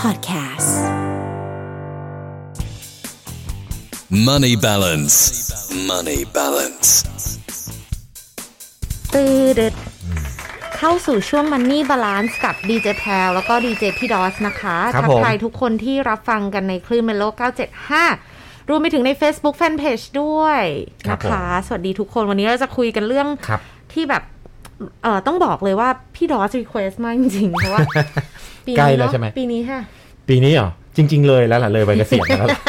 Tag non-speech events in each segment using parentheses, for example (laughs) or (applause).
Podcasts. Money balance. Money balance. ตืดดเข้าสู่ช่วง Money Balance กับ DJ แพลแล้วก็ DJ พี่ดอสนะคะ ครับ ทั ผม ทายทุกคนที่รับฟังกันในคลื่นเมโล975 รวมไปถึงใน Facebook Fanpage ด้วย ครับ นะ ผม คะ สวัสดีทุกคนวันนี้เราจะคุยกันเรื่อง ครับ ที่แบบเออต้องบอกเลยว่าพี่ดอสรีเควสมากจริงๆ เพราะว่า ปี (laughs) ใกล้ นี้ แล้ว เนาะ ใช่ไหม ปีนี้ค่ะ ปีนี้เหรอ จริง ๆ เลยแล้วล่ะเลยไปเกษียณแล้ว (laughs) ล่ะ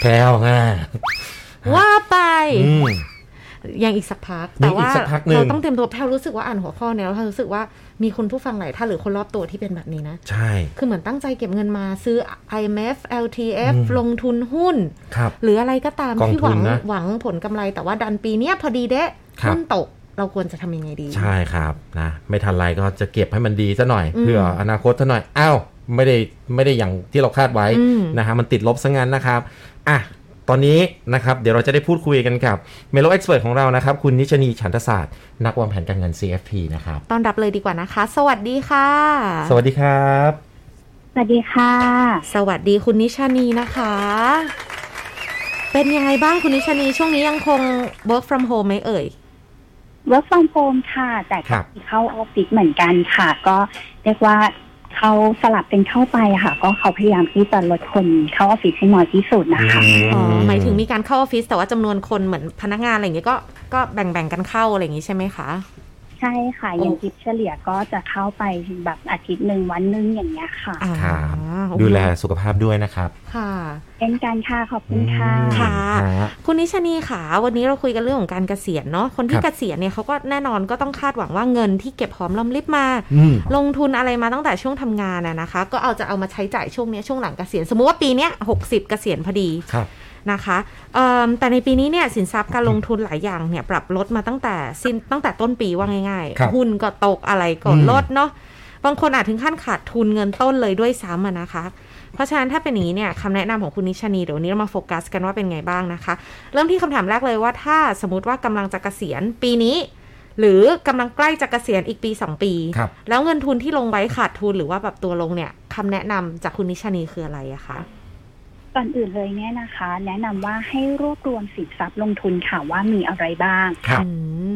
แพลวง่า ว่าไป อืม ยังอีกสักพัก ยั แต่ งอีก ว่า สักพักหนึ่ง เราต้องเตรียมตัวแพลรู้สึกว่าอ่านหัวข้อเนี้ยแล้วแพลรู้สึกว่ามีคนผู้ฟังหลายท่านหรือคนรอบตัวที่เป็นแบบนี้นะ ใช่ คือเหมือนตั้งใจเก็บเงินมาซื้อ IMF LTF อืม ลงทุนหุ้น ครับ หรืออะไรก็ตาม กอง ที่หวั ทุนนะ หวังผลกำไรแต่ว่าดันปีเนี้ยพอดีเดะ ครับ หุ้นตกเราควรจะทำยังไงดี ใช่ครับนะไม่ทันไรก็จะเก็บให้มันดีซะหน่อย อืม เพื่ออนาคตซะหน่อยอ้าวไม่ได้ไม่ได้อย่างที่เราคาดไว้ อืม นะฮะมันติดลบซะงั้นนะครับอ่ะตอนนี้นะครับเดี๋ยวเราจะได้พูดคุยกันกับเมโลเอ็กซ์เพรของเรานะครับ คุณนิชนีฉันทศาสตร์นักวางแผนการเงิน CFP นะครับ ต้อนรับเลยดีกว่านะคะ สวัสดีค่ะ สวัสดีครับ สวัสดีค่ะ สวัสดีคุณนิชานีนะคะ เป็นยังไงบ้างคุณนิชานีช่วงนี้ยังคง work from home ไหมเอ่ย work from home ค่ะ แต่ ครั ก็ บ เข้าออฟฟิศเหมือนกันค่ะ ก็เรียกว่าเขาสลับเป็นเข้าไปค่ะ ก็เขาพยายามที่จะลดคนเข้าออฟฟิศให้น้อยที่สุดนะคะ อ๋อหมายถึงมีการเข้าออฟฟิศแต่ว่าจำนวนคนเหมือนพนักงานอะไรอย่างเงี้ยก็ก็แบ่งๆกันเข้าอะไรอย่างงี้ใช่ไหมคะ ใช่ค่ะ โอ้ อย่างกิฟเฉลี่ยก็จะเข้าไปแบบอาทิตย์หนึ่งวันหนึงอย่างเงี้ยค่ะ อ่า ครับ โอเค ดูแลสุขภาพด้วยนะครับ ค่ะ เป็นการค่ะขอบคุณค่ะ อืม ค่ะ นฮ คุณนิชานีค่ะวันนี้เราคุยกันเรื่องของการเกษียณเนาะคนที่ ครับ เกษียณเนี่ยเขาก็แน่นอนก็ต้องคาดหวังว่าเงินที่เก็บหอมรอมริบมา อืม ลงทุนอะไรมาตั้งแต่ช่วงทำงานอะนะคะ ก็เอาจะเอามาใช้จ่ายช่วงเนี้ยช่วงหลังเกษียณสมมุติว่าปีเนี้ยหกสิบเกษียณพอดี ครับ นะคะเอิ่มแต่ในปีนี้เนี่ยสินทรัพย์การลงทุนหลายอย่างเนี่ยปรับลดมาตั้งแต่สิ้นตั้งแต่ต้นปีว่าง่าย ครับ หุ้นก็ตกอะไรก็ อืม ลดเนาะบางคนอาจถึงขั้นขาดทุนเงินต้นเลยด้วยซ้ำอะนะคะ เพราะฉะนั้นถ้าเป็นอย่างนี้เนี่ยคำแนะนำของคุณนิชานีเดี๋ยววันนี้เรามาโฟกัสกันว่าเป็นไงบ้างนะคะ เริ่มที่คำถามแรกเลยว่าถ้าสมมติว่ากำลังจะเกษียณปีนี้ หรือกำลังใกล้จะเกษียณอีกปี 2 ปี ครับ แล้วเงินทุนที่ลงไว้ขาดทุนหรือว่าแบบตัวลงเนี่ยคำแนะนำจากคุณนิชานีคืออะไรอะคะ ก่อนอื่นเลยเนี่ยนะคะ แนะนำว่าให้รวบรวมสินทรัพย์ลงทุนค่ะว่ามีอะไรบ้าง ครับ อื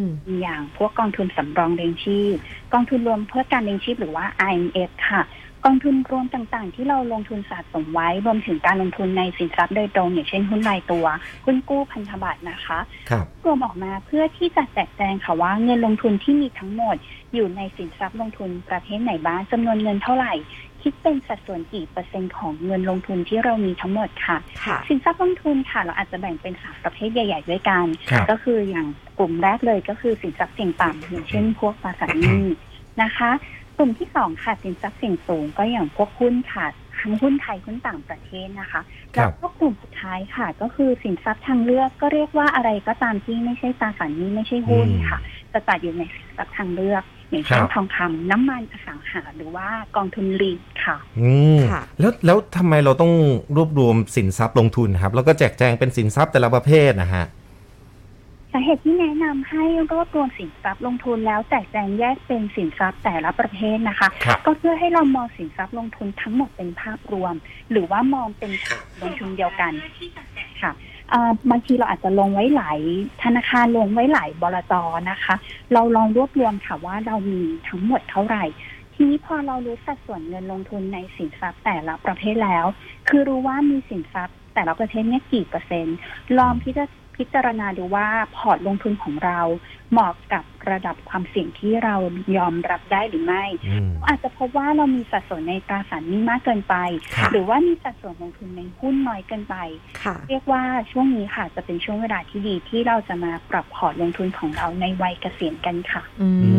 ม อย่างพวกกองทุนสำรองเลี้ยงชีพ กองทุนรวมเพื่อการเลี้ยงชีพหรือว่า IMF ค่ะ กองทุนรวมต่างๆ ที่เราลงทุนสะสมไว้ รวมถึงการลงทุนในสินทรัพย์โดยตรงอย่างเช่นหุ้นรายตัวหุ้นกู้พันธบัตรนะคะ ครับ รวมออกมาเพื่อที่จะแจกแจงค่ะว่าเงินลงทุนที่มีทั้งหมด อยู่ในสินทรัพย์ลงทุนประเภทไหนบ้างจำนวนเงินเท่าไหร่ คิดเป็นสัดส่วนกี่เปอร์เซ็นต์ของเงินลงทุนที่เรามีทั้งหมดค่ะ ค่ะ สินทรัพย์ลงทุนค่ะ เราอาจจะแบ่งเป็นสามประเภทใหญ่ ๆ ด้วยกัน ครับ ก็คืออย่างกลุ่มแรกเลยก็คือสินทรัพย์เสี่ยงต่ำอย่างเช่น พวกตราสารหนี้นะคะ กลุ่มที่สองค่ะสินทรัพย์เสี่ยงสูงก็อย่างพวกหุ้นค่ะทั้งหุ้นไทยหุ้นต่างประเทศนะคะ ครับแล้วก็กลุ่มสุดท้ายค่ะ ก็คือสินทรัพย์ทางเลือกก็เรียกว่าอะไรก็ตามที่ไม่ใช่ตราสารหนี้ไม่ใช่หุ้นค่ะ จะจัดอยู่ในสินทรัพย์ทางเลือก อย่างเช่น ครับ ทองคำน้ำมันอสังหาหรือว่ากองทุนรีดค่ะ อืม ค่ะ แล้วแล้วทำไมเราต้องรวบรวมสินทรัพย์ลงทุนครับ แล้วก็แจกแจงเป็นสินทรัพย์แต่ละประเภทนะฮะ สาเหตุที่แนะนำให้รวบรวมสินทรัพย์ลงทุนแล้วแจกแจงแยกเป็นสินทรัพย์แต่ละประเภทนะคะ ครับ ก็เพื่อให้เรามองสินทรัพย์ลงทุนทั้งหมดเป็นภาพรวม หรือว่ามองเป็นลงทุนเดียวกันค่ะเอ่อบางทีเราอาจจะลงไว้หลายธนาคารลงไว้หลายบลจนะคะ เราลองรวบรวมค่ะว่าเรามีทั้งหมดเท่าไหร่ ทีนี้พอเรารู้สัดส่วนเงินลงทุนในสินทรัพย์แต่ละประเภทแล้ว คือรู้ว่ามีสินทรัพย์แต่ละประเภทเนี่ยกี่เปอร์เซ็นต์ ลองพิจารพิจารณาดูว่าพอร์ตลงทุนของเรา เหมาะกับระดับความเสี่ยงที่เรายอมรับได้หรือไม่ อืม อาจจะพบว่าเรามีสัดส่วนในตราสารหนี้มากเกินไป ครับ หรือว่ามีสัดส่วนลงทุนในหุ้นน้อยเกินไป ค่ะ เรียกว่าช่วงนี้ค่ะจะเป็นช่วงเวลาที่ดีที่เราจะมาปรับพอร์ตลงทุนของเราในวัยเกษียณกันค่ะ อื อื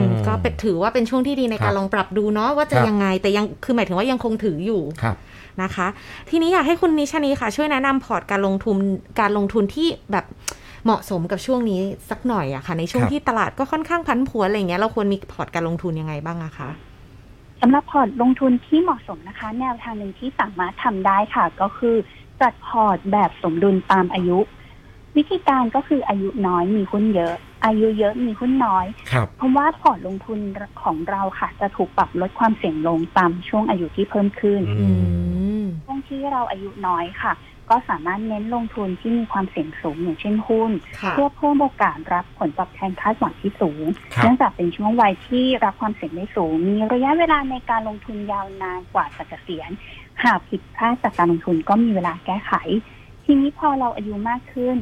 ม ม ก็เป็นถือว่าเป็นช่วงที่ดีใน ครับ การลองปรับดูเนาะว่าจะ ครับ ยังไงแต่ยังคือหมายถึงว่ายังคงถืออยู่ ครับ นะคะ ทีนี้อยากให้คุณนิชานีค่ะ ช่วยแนะนำพอร์ตการลงทุนการลงทุนที่แบบเหมาะสมกับช่วงนี้สักหน่อยอะค่ะ ในช่วง ครับ ที่ตลาดก็ค่อนข้างพันผวนอะไรอย่างเงี้ยเราควรมีพอร์ตการลงทุนยังไงบ้างอะคะ สำหรับพอร์ตลงทุนที่เหมาะสมนะคะ แนวทางหนึ่งที่สามารถทำได้ค่ะ ก็คือจัดพอร์ตแบบสมดุลตามอายุ วิธีการก็คืออายุน้อยมีหุ้นเยอะ อายุเยอะมีหุ้นน้อย ครับ เพราะว่าพอร์ตลงทุนของเราค่ะ จะถูกปรับลดความเสี่ยงลงตามช่วงอายุที่เพิ่มขึ้น อื อื ม ม ช่วงที่เราอายุน้อยค่ะ ก็สามารถเน้นลงทุนที่มีความเสี่ยงสูงอย่างเช่นหุ้น ค่ะ เพื่อเพิ่มโอกาสรับผลตอบแทนคาดหวังที่สูง ครับ เนื่องจากเป็นช่วงวัยที่รับความเสี่ยงได้สูง มีระยะเวลาในการลงทุนยาวนานกว่าจะเกษียณ หากผิดพลาดจากการลงทุนก็มีเวลาแก้ไข ทีนี้พอเราอายุมากขึ้น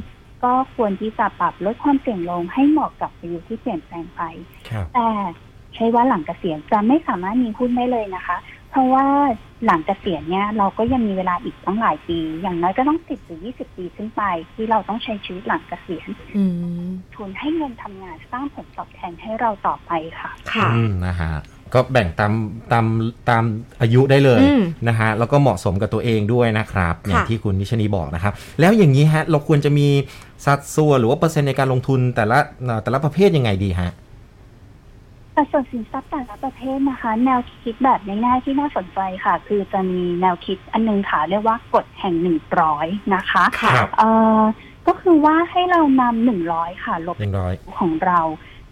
ก็ควรที่จะปรับลดความเสี่ยงลงให้เหมาะกับอายุที่เปลี่ยนแปลงไป ครับ แต่ใช่ว่าหลังเกษียณจะไม่สามารถมีหุ้นได้เลยนะคะ เพราะว่าหลังเกษียณเนี่ยเราก็ยังมีเวลาอีกตั้งหลายปี อย่างน้อยก็ต้องสิบหรือยี่สิบปีขึ้นไป ที่เราต้องใช้ชีวิตหลังเกษียณ อืม ทุนให้เงินทำงานสร้างผลตอบแทนให้เราต่อไปค่ะ ค่ะ อืมนะฮะก็แบ่งตามตามตามอายุได้เลย อืม นะฮะแล้วก็เหมาะสมกับตัวเองด้วยนะครับอย่าง ค่ะ ที่คุณนิชนีบอกนะครับ แล้วอย่างนี้ฮะเราควรจะมีสัดส่วนหรือว่าเปอร์เซ็นต์ในการลงทุนแต่ละเอ่อแต่ละประเภทยังไงดีฮะ แต่ส่วนสินทรัพย์แต่ละประเภทนะคะ แนวคิดแบบง่ายๆที่น่าสนใจค่ะ คือจะมีแนวคิดอันหนึงค่ะเรียกว่ากฎแห่งหนึ่งร้อยนะคะ ค่ะ ครับ เอ่อก็คือว่าให้เรานำหนึ่งร้อยค่ะ ลบ หนึ่งร้อย ของเรา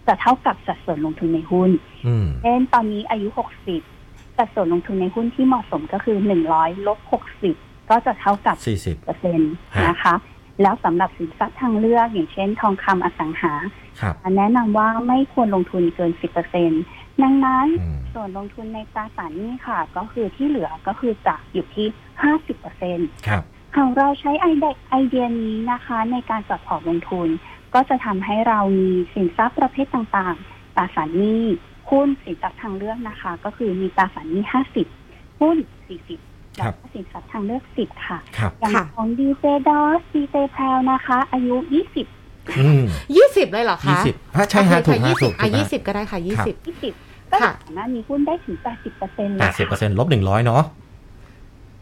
จะเท่ากับสัดส่วนลงทุนในหุ้น อืม เช่นตอนนี้อายุ 60 สัดส่วนลงทุนในหุ้นที่เหมาะสมก็คือ 100 ลบ 60 ก็จะเท่ากับ สี่สิบ เปอร์เซ็นต์ ฮะ นะคะ แล้วสำหรับสินทรัพย์ทางเลือก อย่างเช่นทองคำอสังหา ครับ แนะนำว่าไม่ควรลงทุนเกิน 10เปอร์เซ็นต์ดังนั้น อืม ส่วนลงทุนในตราสารหนี้ค่ะ ก็คือที่เหลือก็คือจะอยู่ที่ 50เปอร์เซ็นต์ ครับ หากเราใช้ไอเด็กไอเดียนี้นะคะ ในการจัดพอร์ตลงทุน ก็จะทำให้เรามีสินทรัพย์ประเภทต่างๆตราสารหนี้หุ้นสินทรัพย์ทางเลือกนะคะ ก็คือมีตราสารหนี้50หุ้น40แล้วก็สินทรัพย์ทางเลือก10ค่ะ ครับ อย่าง ค่ะ ของดีเจดอสดีเจแพรวนะคะ อายุ 20 อืม ยี่สิบเลยเหรอ ยี่ คะ สิบฮะใช่ฮะ โอ ถู เค ก ค่ะ ฮะ ยี่สิบอ่ะยี่ถูกถูกฮะ สิบก็ได้ค่ะยี่สิบ 20 ก็ ค่ะ สามารถมีหุ้นได้ถึง 80เปอร์เซ็นต์ แปดสิบเปอร์เซ็นต์ลบหนึ่งร้อยเนาะ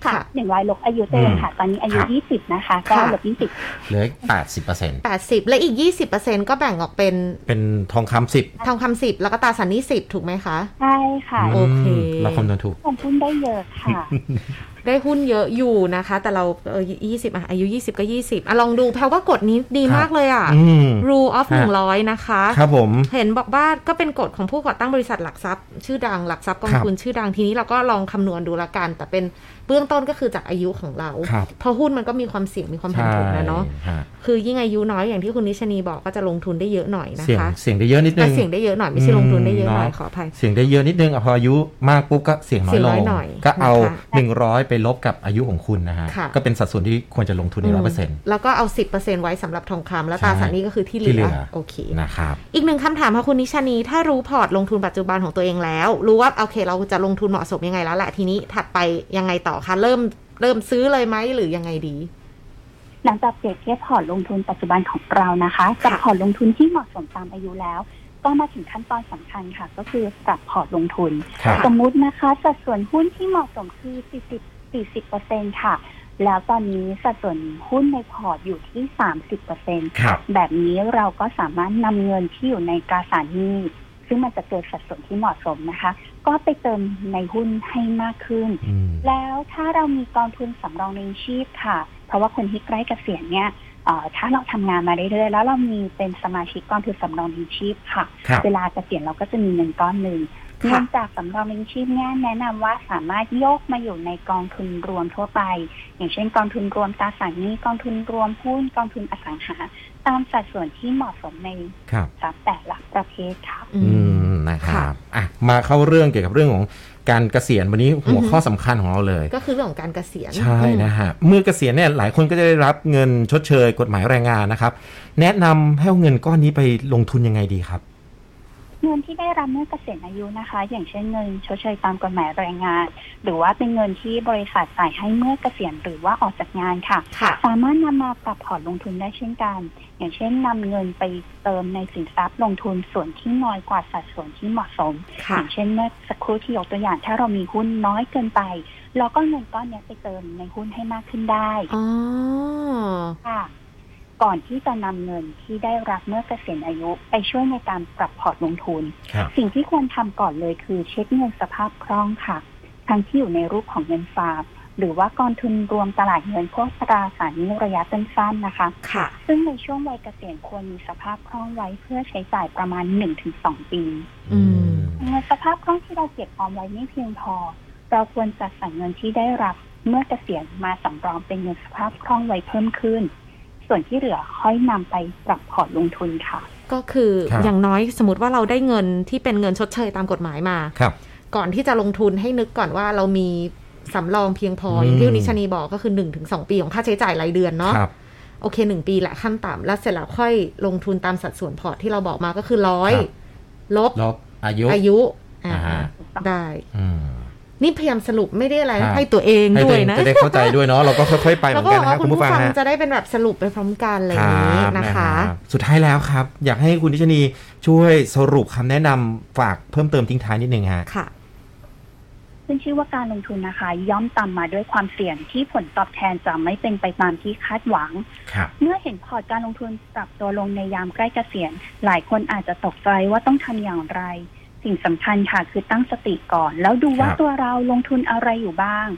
ค่ะ ค่ะ หนึ่งร้อยลบอายุเต็มค่ะ ตอนนี้อายุ ครับ 20 นะคะก็ ค่ะ ลบ 20 เหลือแปดสิบเปอร์เซ็นต์ แปดสิบและอีกยี่สิบเปอร์เซ็นก็แบ่งออกเป็น เป็นทองคำสิบ ทองคำสิบแล้วก็ตราสันนิสิบถูกไหมคะ ใช่ค่ะ โอเค เราคำนวณถูก ลงทุนได้เยอะค่ะ ได้หุ้นเยอะอยู่นะคะ แต่เราเออยี่สิบอ่ะอายุยี่สิบก็ยี่สิบอ่ะลองดูแพลว่ากฎนี้ดี ครับ มากเลยอ่ะ อืม rule of ฮะ หนึ่งร้อยนะคะ ครับผม เห็นบอกว่าก็เป็นกฎของผู้ก่อตั้งบริษัทหลักทรัพย์ ชื่อดังหลักทรัพย์กอง ครับ ทุนชื่อดังทีนี้เราก็ลองคำนวณดูละกัน แต่เป็นเบื้องต้นก็คือจากอายุของเรา ครับ เพราะหุ้นมันก็มีความเสี่ยงมีความผันผวนนะเนาะ ฮะ คือยิ่งอายุน้อยอย่างที่คุณนิชนีบอกก็จะลงทุนได้เยอะหน่อยนะ เสียง คะ เสียงได้เยอะนิดนึ อ่ะ ง เสี่ยงได้เยอะหน่อยไม่ใช่ลงทุนได้เยอะหน่อย อืมเนาะ ขออภัย เสียงได้เยอะนิดนึงอ่ะพออายุมากปุ๊บก็เสียงน้อยล เสียงน้อย ง หน่อย ก็เอา นะคะ 100 ไปลบกับอายุของคุณนะฮะ ค่ะ ก็เป็นสัดส่วนที่ควรจะลงทุนในร้อยเปอร์เซ็นต์ แล้วก็เอา 10%ไว้สำหรับทองคำและตราสารหนี้ก็คือที่เหลืที่เหลื อ อ โอเค นะครับ อีกหนึ่งคำถามค่ะคุณนิชานี ถ้ารู้พอร์ตลงทุนปัจจุบันของตัวเองแล้ว รู้ว่าโอเค เราจะลงทุนเหมาะสมยังไงแล้วแหละทีนี้ถัดไปยังไงต่อคะเริ่มเริ่มซื้อเลยไหมหรือยังไงดี หลังจากเปรียบเทียบพอร์ตลงทุนปัจจุบันของเรานะคะกับ ค่ะ พอร์ตลงทุนที่เหมาะสมตามอายุแล้ว ก็มาถึงขั้นตอนสำคัญค่ะ ก็คือปรับพอร์ตลงทุน ครับ สมมุตินะคะสัดส่วนหุ้นที่เหมาะสมคือ 40 40เปอร์เซ็นค่ะ แล้วตอนนี้สัดส่วนหุ้นในพอร์ตอยู่ที่ 30เปอร์เซ็น ครับ แบบนี้เราก็สามารถนำเงินที่อยู่ในตราสารหนี้ซึ่งมันจะเกิดสัดส่วนที่เหมาะสมนะคะ ก็ไปเติมในหุ้นให้มากขึ้น อืม แล้วถ้าเรามีกองทุนสำรองเลี้ยงชีพค่ะ เพราะว่าคนที่ใกล้เกษียณเนี่ยเอ่อถ้าเราทำงานมาเรื่อยๆแล้วเรามีเป็นสมาชิกกองทุนสำรองเลี้ยงชีพค่ะ ครับ เวลาเกษียณเราก็จะมีเงินก้อนหนึ่ง ค่ะ เงินจากสำรองเลี้ยงชีพเนี่ยแนะนำว่าสามารถโยกมาอยู่ในกองทุนรวมทั่วไป อย่างเช่นกองทุนรวมตราสารหนี้กองทุนรวมหุ้นกองทุนอสังหา ตามสัดส่วนที่เหมาะสมใน ครับ ทรัพย์แต่ละประเภทค่ะ อื อื ม ม นะครับ ค่ะ อ่ะมาเข้าเรื่องเกี่ยวกับเรื่องของการเกษียณวันนี้หัว อือฮึ ข้อสำคัญของเราเลย ก็คือเรื่องของการเกษียณ ใช่ อืม นะฮะ เมื่อเกษียณเนี่ยหลายคนก็จะได้รับเงินชดเชยกฎหมายแรงงานนะครับ แนะนำให้เอาเงินก้อนนี้ไปลงทุนยังไงดีครับ เงินที่ได้รับเมื่อเกษียณอายุนะคะ อย่างเช่นเงินชดเชยตามกฎหมายแรงงาน หรือว่าเป็นเงินที่บริษัทจ่ายให้เมื่อเกษียณหรือว่าออกจากงานค่ะ ค่ะ สามารถนำมาปรับพอร์ตลงทุนได้เช่นกัน อย่างเช่นนำเงินไปเติมในสินทรัพย์ลงทุนส่วนที่น้อยกว่าสัดส่วนที่เหมาะสม อ ค่ะ ย่างเช่นเมื่อสักครู่ที่ยกตัวอย่าง ถ้าเรามีหุ้นน้อยเกินไป เราก็เงินก้อนเนี้ยไปเติมในหุ้นให้มากขึ้นได้ อ๋อ ค่ะก่อนที่จะนำเงินที่ได้รับเมื่อเกษียณอายุไปช่วยในการปรับพอร์ตลงทุน ครับ สิ่งที่ควรทำก่อนเลยคือเช็คเงินสภาพคล่องค่ะ ทั้งที่อยู่ในรูปของเงินฝาก หรือว่ากองทุนรวมตลาดเงินพวกตราสารหนี้ระยะสั้นๆนะคะ ค่ะ ซึ่งในช่วงวัยเกษียณควรมีสภาพคล่องไว้เพื่อใช้จ่ายประมาณ 1-2 ปี อืม เงินสภาพคล่องที่เราเก็บออมไว้ไม่เพียงพอ เราควรจัดสรรเงินที่ได้รับเมื่อเกษียณมาสำรองเป็นเงินสภาพคล่องไว้เพิ่มขึ้น ส่วนที่เหลือค่อยนำไปปรับพอร์ตลงทุนค่ะ ก็คือ ครับ อย่างน้อยสมมติว่าเราได้เงินที่เป็นเงินชดเชยตามกฎหมายมา ครับ ก่อนที่จะลงทุนให้นึกก่อนว่าเรามีสำรองเพียงพอ ม อย่างที่คุณนิชานีบอกก็คือ1นถึงสปีของค่าใช้จ่ายรายเดือนเนาะ ครับ โอเค 1 ปีแหละขั้นต่ำแล้วเสร็จแล้วค่อยลงทุนตามสัดส่วนพอร์ตที่เราบอกมาก็คือร้อย ครับ ลบ ลบอายุ อายุอ่า อ่าฮะ ได้ อืม นี่พยายามสรุปไม่ได้อะไร ครับ ให้ตัวเอง ให้ ด้ ตัว วย เอง นะ จะได้เข้าใจด้วยเนาะเราก็ค่อยๆไปเหมื แล้ว อน ก็บอกกันนะว่าครับ คุ คุณ ณ ผู้ ผู้ฟัง ฟัง ฮะ จะได้เป็นแบบสรุปไปพร้อมกันอะไรอ ค ย่าง รั นี้ บ นะคะ รับสุดท้ายแล้วครับ อยากให้คุณทิชนีช่วยสรุปคำแนะนำฝากเพิ่มเติมทิ้งท้ายนิดนึงฮะ ค่ะ ซึ่งชื่อว่าการลงทุนนะคะ ย่อมตามมาด้วยความเสี่ยงที่ผลตอบแทนจะไม่เป็นไปตามที่คาดหวัง ครับ เมื่อเห็นพอร์ตการลงทุนปรับตัวลงในยามใกล้เกษียณ หลายคนอาจจะตกใจว่าต้องทำอย่างไร สิ่งสำคัญค่ะคือตั้งสติก่อน แล้วดูว่า ครับ ตัวเราลงทุนอะไรอยู่บ้าง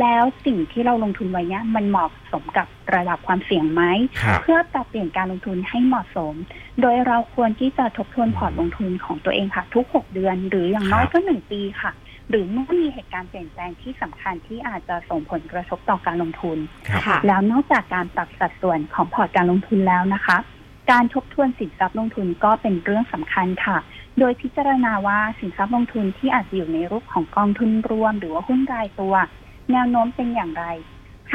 แล้วสิ่งที่เราลงทุนไว้เนี้ยมันเหมาะสมกับระดับความเสี่ยงไหม ครับ เพื่อปรับเปลี่ยนการลงทุนให้เหมาะสม โดยเราควรที่จะทบทวนพอร์ตลงทุนของตัวเองค่ะ ทุก 6 เดือน หรืออย่างน้อย ครับ ก็ 1 ปีค่ะ หรือเมื่อมีเหตุการณ์เปลี่ยนแปลงที่สำคัญที่อาจจะส่งผลกระทบต่อการลงทุน ครับ ค่ะ แล้วนอกจากการปรับสัดส่วนของพอร์ตการลงทุนแล้วนะคะ การทบทวนสินทรัพย์ลงทุนก็เป็นเรื่องสำคัญค่ะ โดยพิจารณาว่าสินทรัพย์ลงทุนที่อาจจะอยู่ในรูปของกองทุนรวม หรือว่าหุ้นรายตัว แนวโน้มเป็นอย่างไร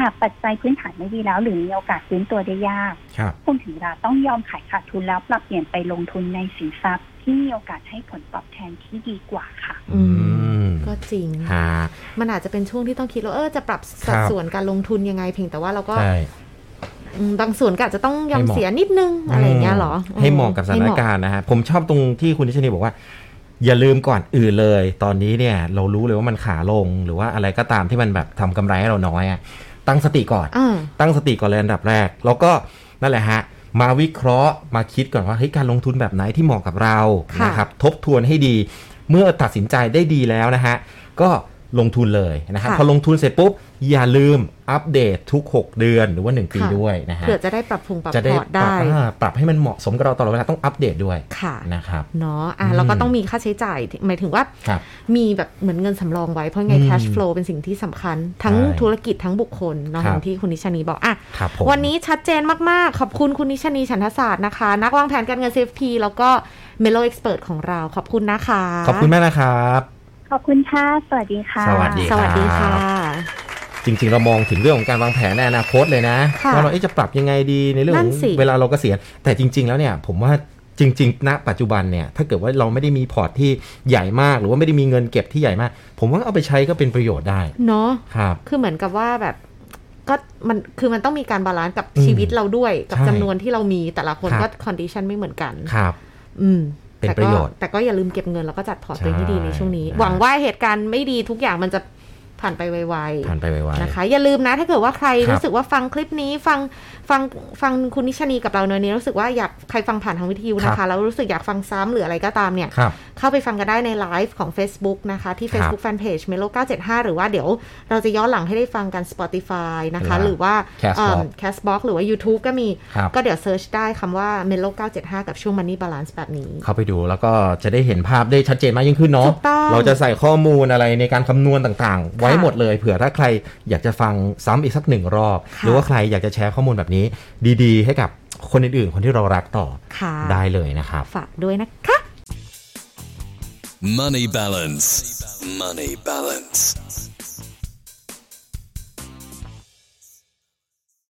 หากปัจจัยพื้นฐานไม่ดีแล้ว หรือมีโอกาสฟื้นตัวได้ยาก ครับ คุณถึงเวลาต้องยอมขายขาดทุนแล้วปรับเปลี่ยนไปลงทุนในสินทรัพย์ที่มีโอกาสให้ผลตอบแทนที่ดีกว่าค่ะ อื อื ม ม ก็จริง ฮะ มันอาจจะเป็นช่วงที่ต้องคิดว่าเออจะปรับสัด ครับ ส่วนการลงทุนยังไงเพียงแต่ว่าเราก็ ใช่ อืมบางส่วนก็อาจจะต้องยอม ให้เหมาะ เสียนิดนึง อะไรอย่างเงี้ยเหรอ ให้เหมาะกับสถานการณ์นะฮะ ผมชอบตรงที่คุณทิชนีบอกว่า อย่าลืมก่อนอื่นเลย ตอนนี้เนี่ย เรารู้เลยว่ามันขาลงหรือว่าอะไรก็ตามที่มันแบบทำกำไรให้เราน้อยอะตั้งสติก่อน อ่า ตั้งสติก่อนเลยอันดับแรก แล้วก็นั่นแหละฮะ มาวิเคราะห์มาคิดก่อนว่าเฮ้ยการลงทุนแบบไหนที่เหมาะกับเรานะครับทบทวนให้ดี เมื่อตัดสินใจได้ดีแล้วนะฮะ ก็ลงทุนเลยนะครับพอลงทุนเสร็จปุ๊บ อย่าลืมอัปเดตทุก 6 เดือนหรือว่า 1 ปีด้วยนะฮะ เผื่อจะได้ปรับปรุงปรับ จะ พ ได้ อร์ต ปรับ ได้ อ่าปรับให้มันเหมาะสมกับเราตลอดเวลาต้องอัปเดตด้วย ค่ะ นะครับ เนาะอ่ะ อืม เราก็ต้องมีค่าใช้จ่ายที่หมายถึงว่า ครับ มีแบบเหมือนเงินสำรองไว้ เพราะไง อืม cash flow เป็นสิ่งที่สำคัญ ทั้ง ใช่ ธุรกิจทั้งบุคคลเนาะ ครับ อย่างที่คุณนิชานีบอกอ่ะ ครับผม วันนี้ชัดเจนมาก ๆ ขอบคุณคุณนิชานีฉันทศาสตร์นะคะ นักวางแผนการเงิน CFP แล้วก็ Melo Expert ของเราขอบคุณนะคะ ขอบคุณมากนะครับ ขอบคุณค่ะ สวัสดีค่ะ สวัสดี สวัสดีค่ะ จริงๆ เรามองถึงเรื่องของการวางแผนในอนาคตเลยนะ ค่ะ ว่าเราเอ๊ะจะปรับยังไงดีในเรื่อง นั่ ขอน ง สิ เวลาเราเกษียณแต่จริง ๆ แล้วเนี่ยผมว่าจริง ๆ ณ ปัจจุบันเนี่ยถ้าเกิดว่าเราไม่ได้มีพอร์ตที่ใหญ่มาก หรือว่าไม่ได้มีเงินเก็บที่ใหญ่มาก ผมว่าเอาไปใช้ก็เป็นประโยชน์ได้ เนาะ ครับ คือเหมือนกับว่าแบบก็มันคือมันต้องมีการบาลานซ์กับ อืม ชีวิตเราด้วยกับ ใช่ จำนวนที่เรามีแต่ละคน ครับ ก็คอนดิชันไม่เหมือนกัน ครับ อืม เป็น แต่ ประ ก็ โยชน์ แต่ก็อย่าลืมเก็บเงินแล้วก็จัดพอร์ต ใช่ ตัวเองให้ดีในช่วงนี้ นะ หวังว่าเหตุการณ์ไม่ดีทุกอย่างมันจะผ่านไปไว ผ่านไปไว ๆนะคะ อย่าลืมนะถ้าเกิดว่าใคร ครับ รู้สึกว่าฟังคลิปนี้ฟังฟังฟังคุณนิชานีกับเราเนอยนี้รู้สึกว่าอยากใครฟังผ่านทางวิทยุนะคะแล้วรู้สึกอยากฟังซ้ำหรืออะไรก็ตามเนี่ย ๆครับ เข้าไปฟังกันได้ในไลฟ์ของ Facebook นะคะ ที่ ครับ Facebook Fanpage Melo 975 หรือว่าเดี๋ยวเราจะย้อนหลังให้ได้ฟังกัน Spotify นะคะ หรือว่า Castbox เอิ่ม Castbox หรือว่า YouTube ก็มี ครับ ก็เดี๋ยวเซิร์ชได้คำว่า Melo 975 กับช่วง Money Balance แบบนี้ เข้าไปดูแล้วก็จะได้เห็นภาพได้ชัดเจนมากยิ่งขึ้นเนาะ ถูกต้อง เราจะใส่ข้อมูลอะไรในการคำนวณต่างๆ ไว้ ค่ะ หมดเลยเผื่อถ้าใครอยากจะฟังซ้ำอีกสักหนึ่งรอบ ค่ะ หรือว่าใครอยากจะแชร์ข้อมูลแบบนี้ ดีๆ ให้กับคนอื่นๆ คนที่เรารักต่อ ค่ะ ได้เลยนะครับ ฝากด้วยนะคะ Money balance. Money balance.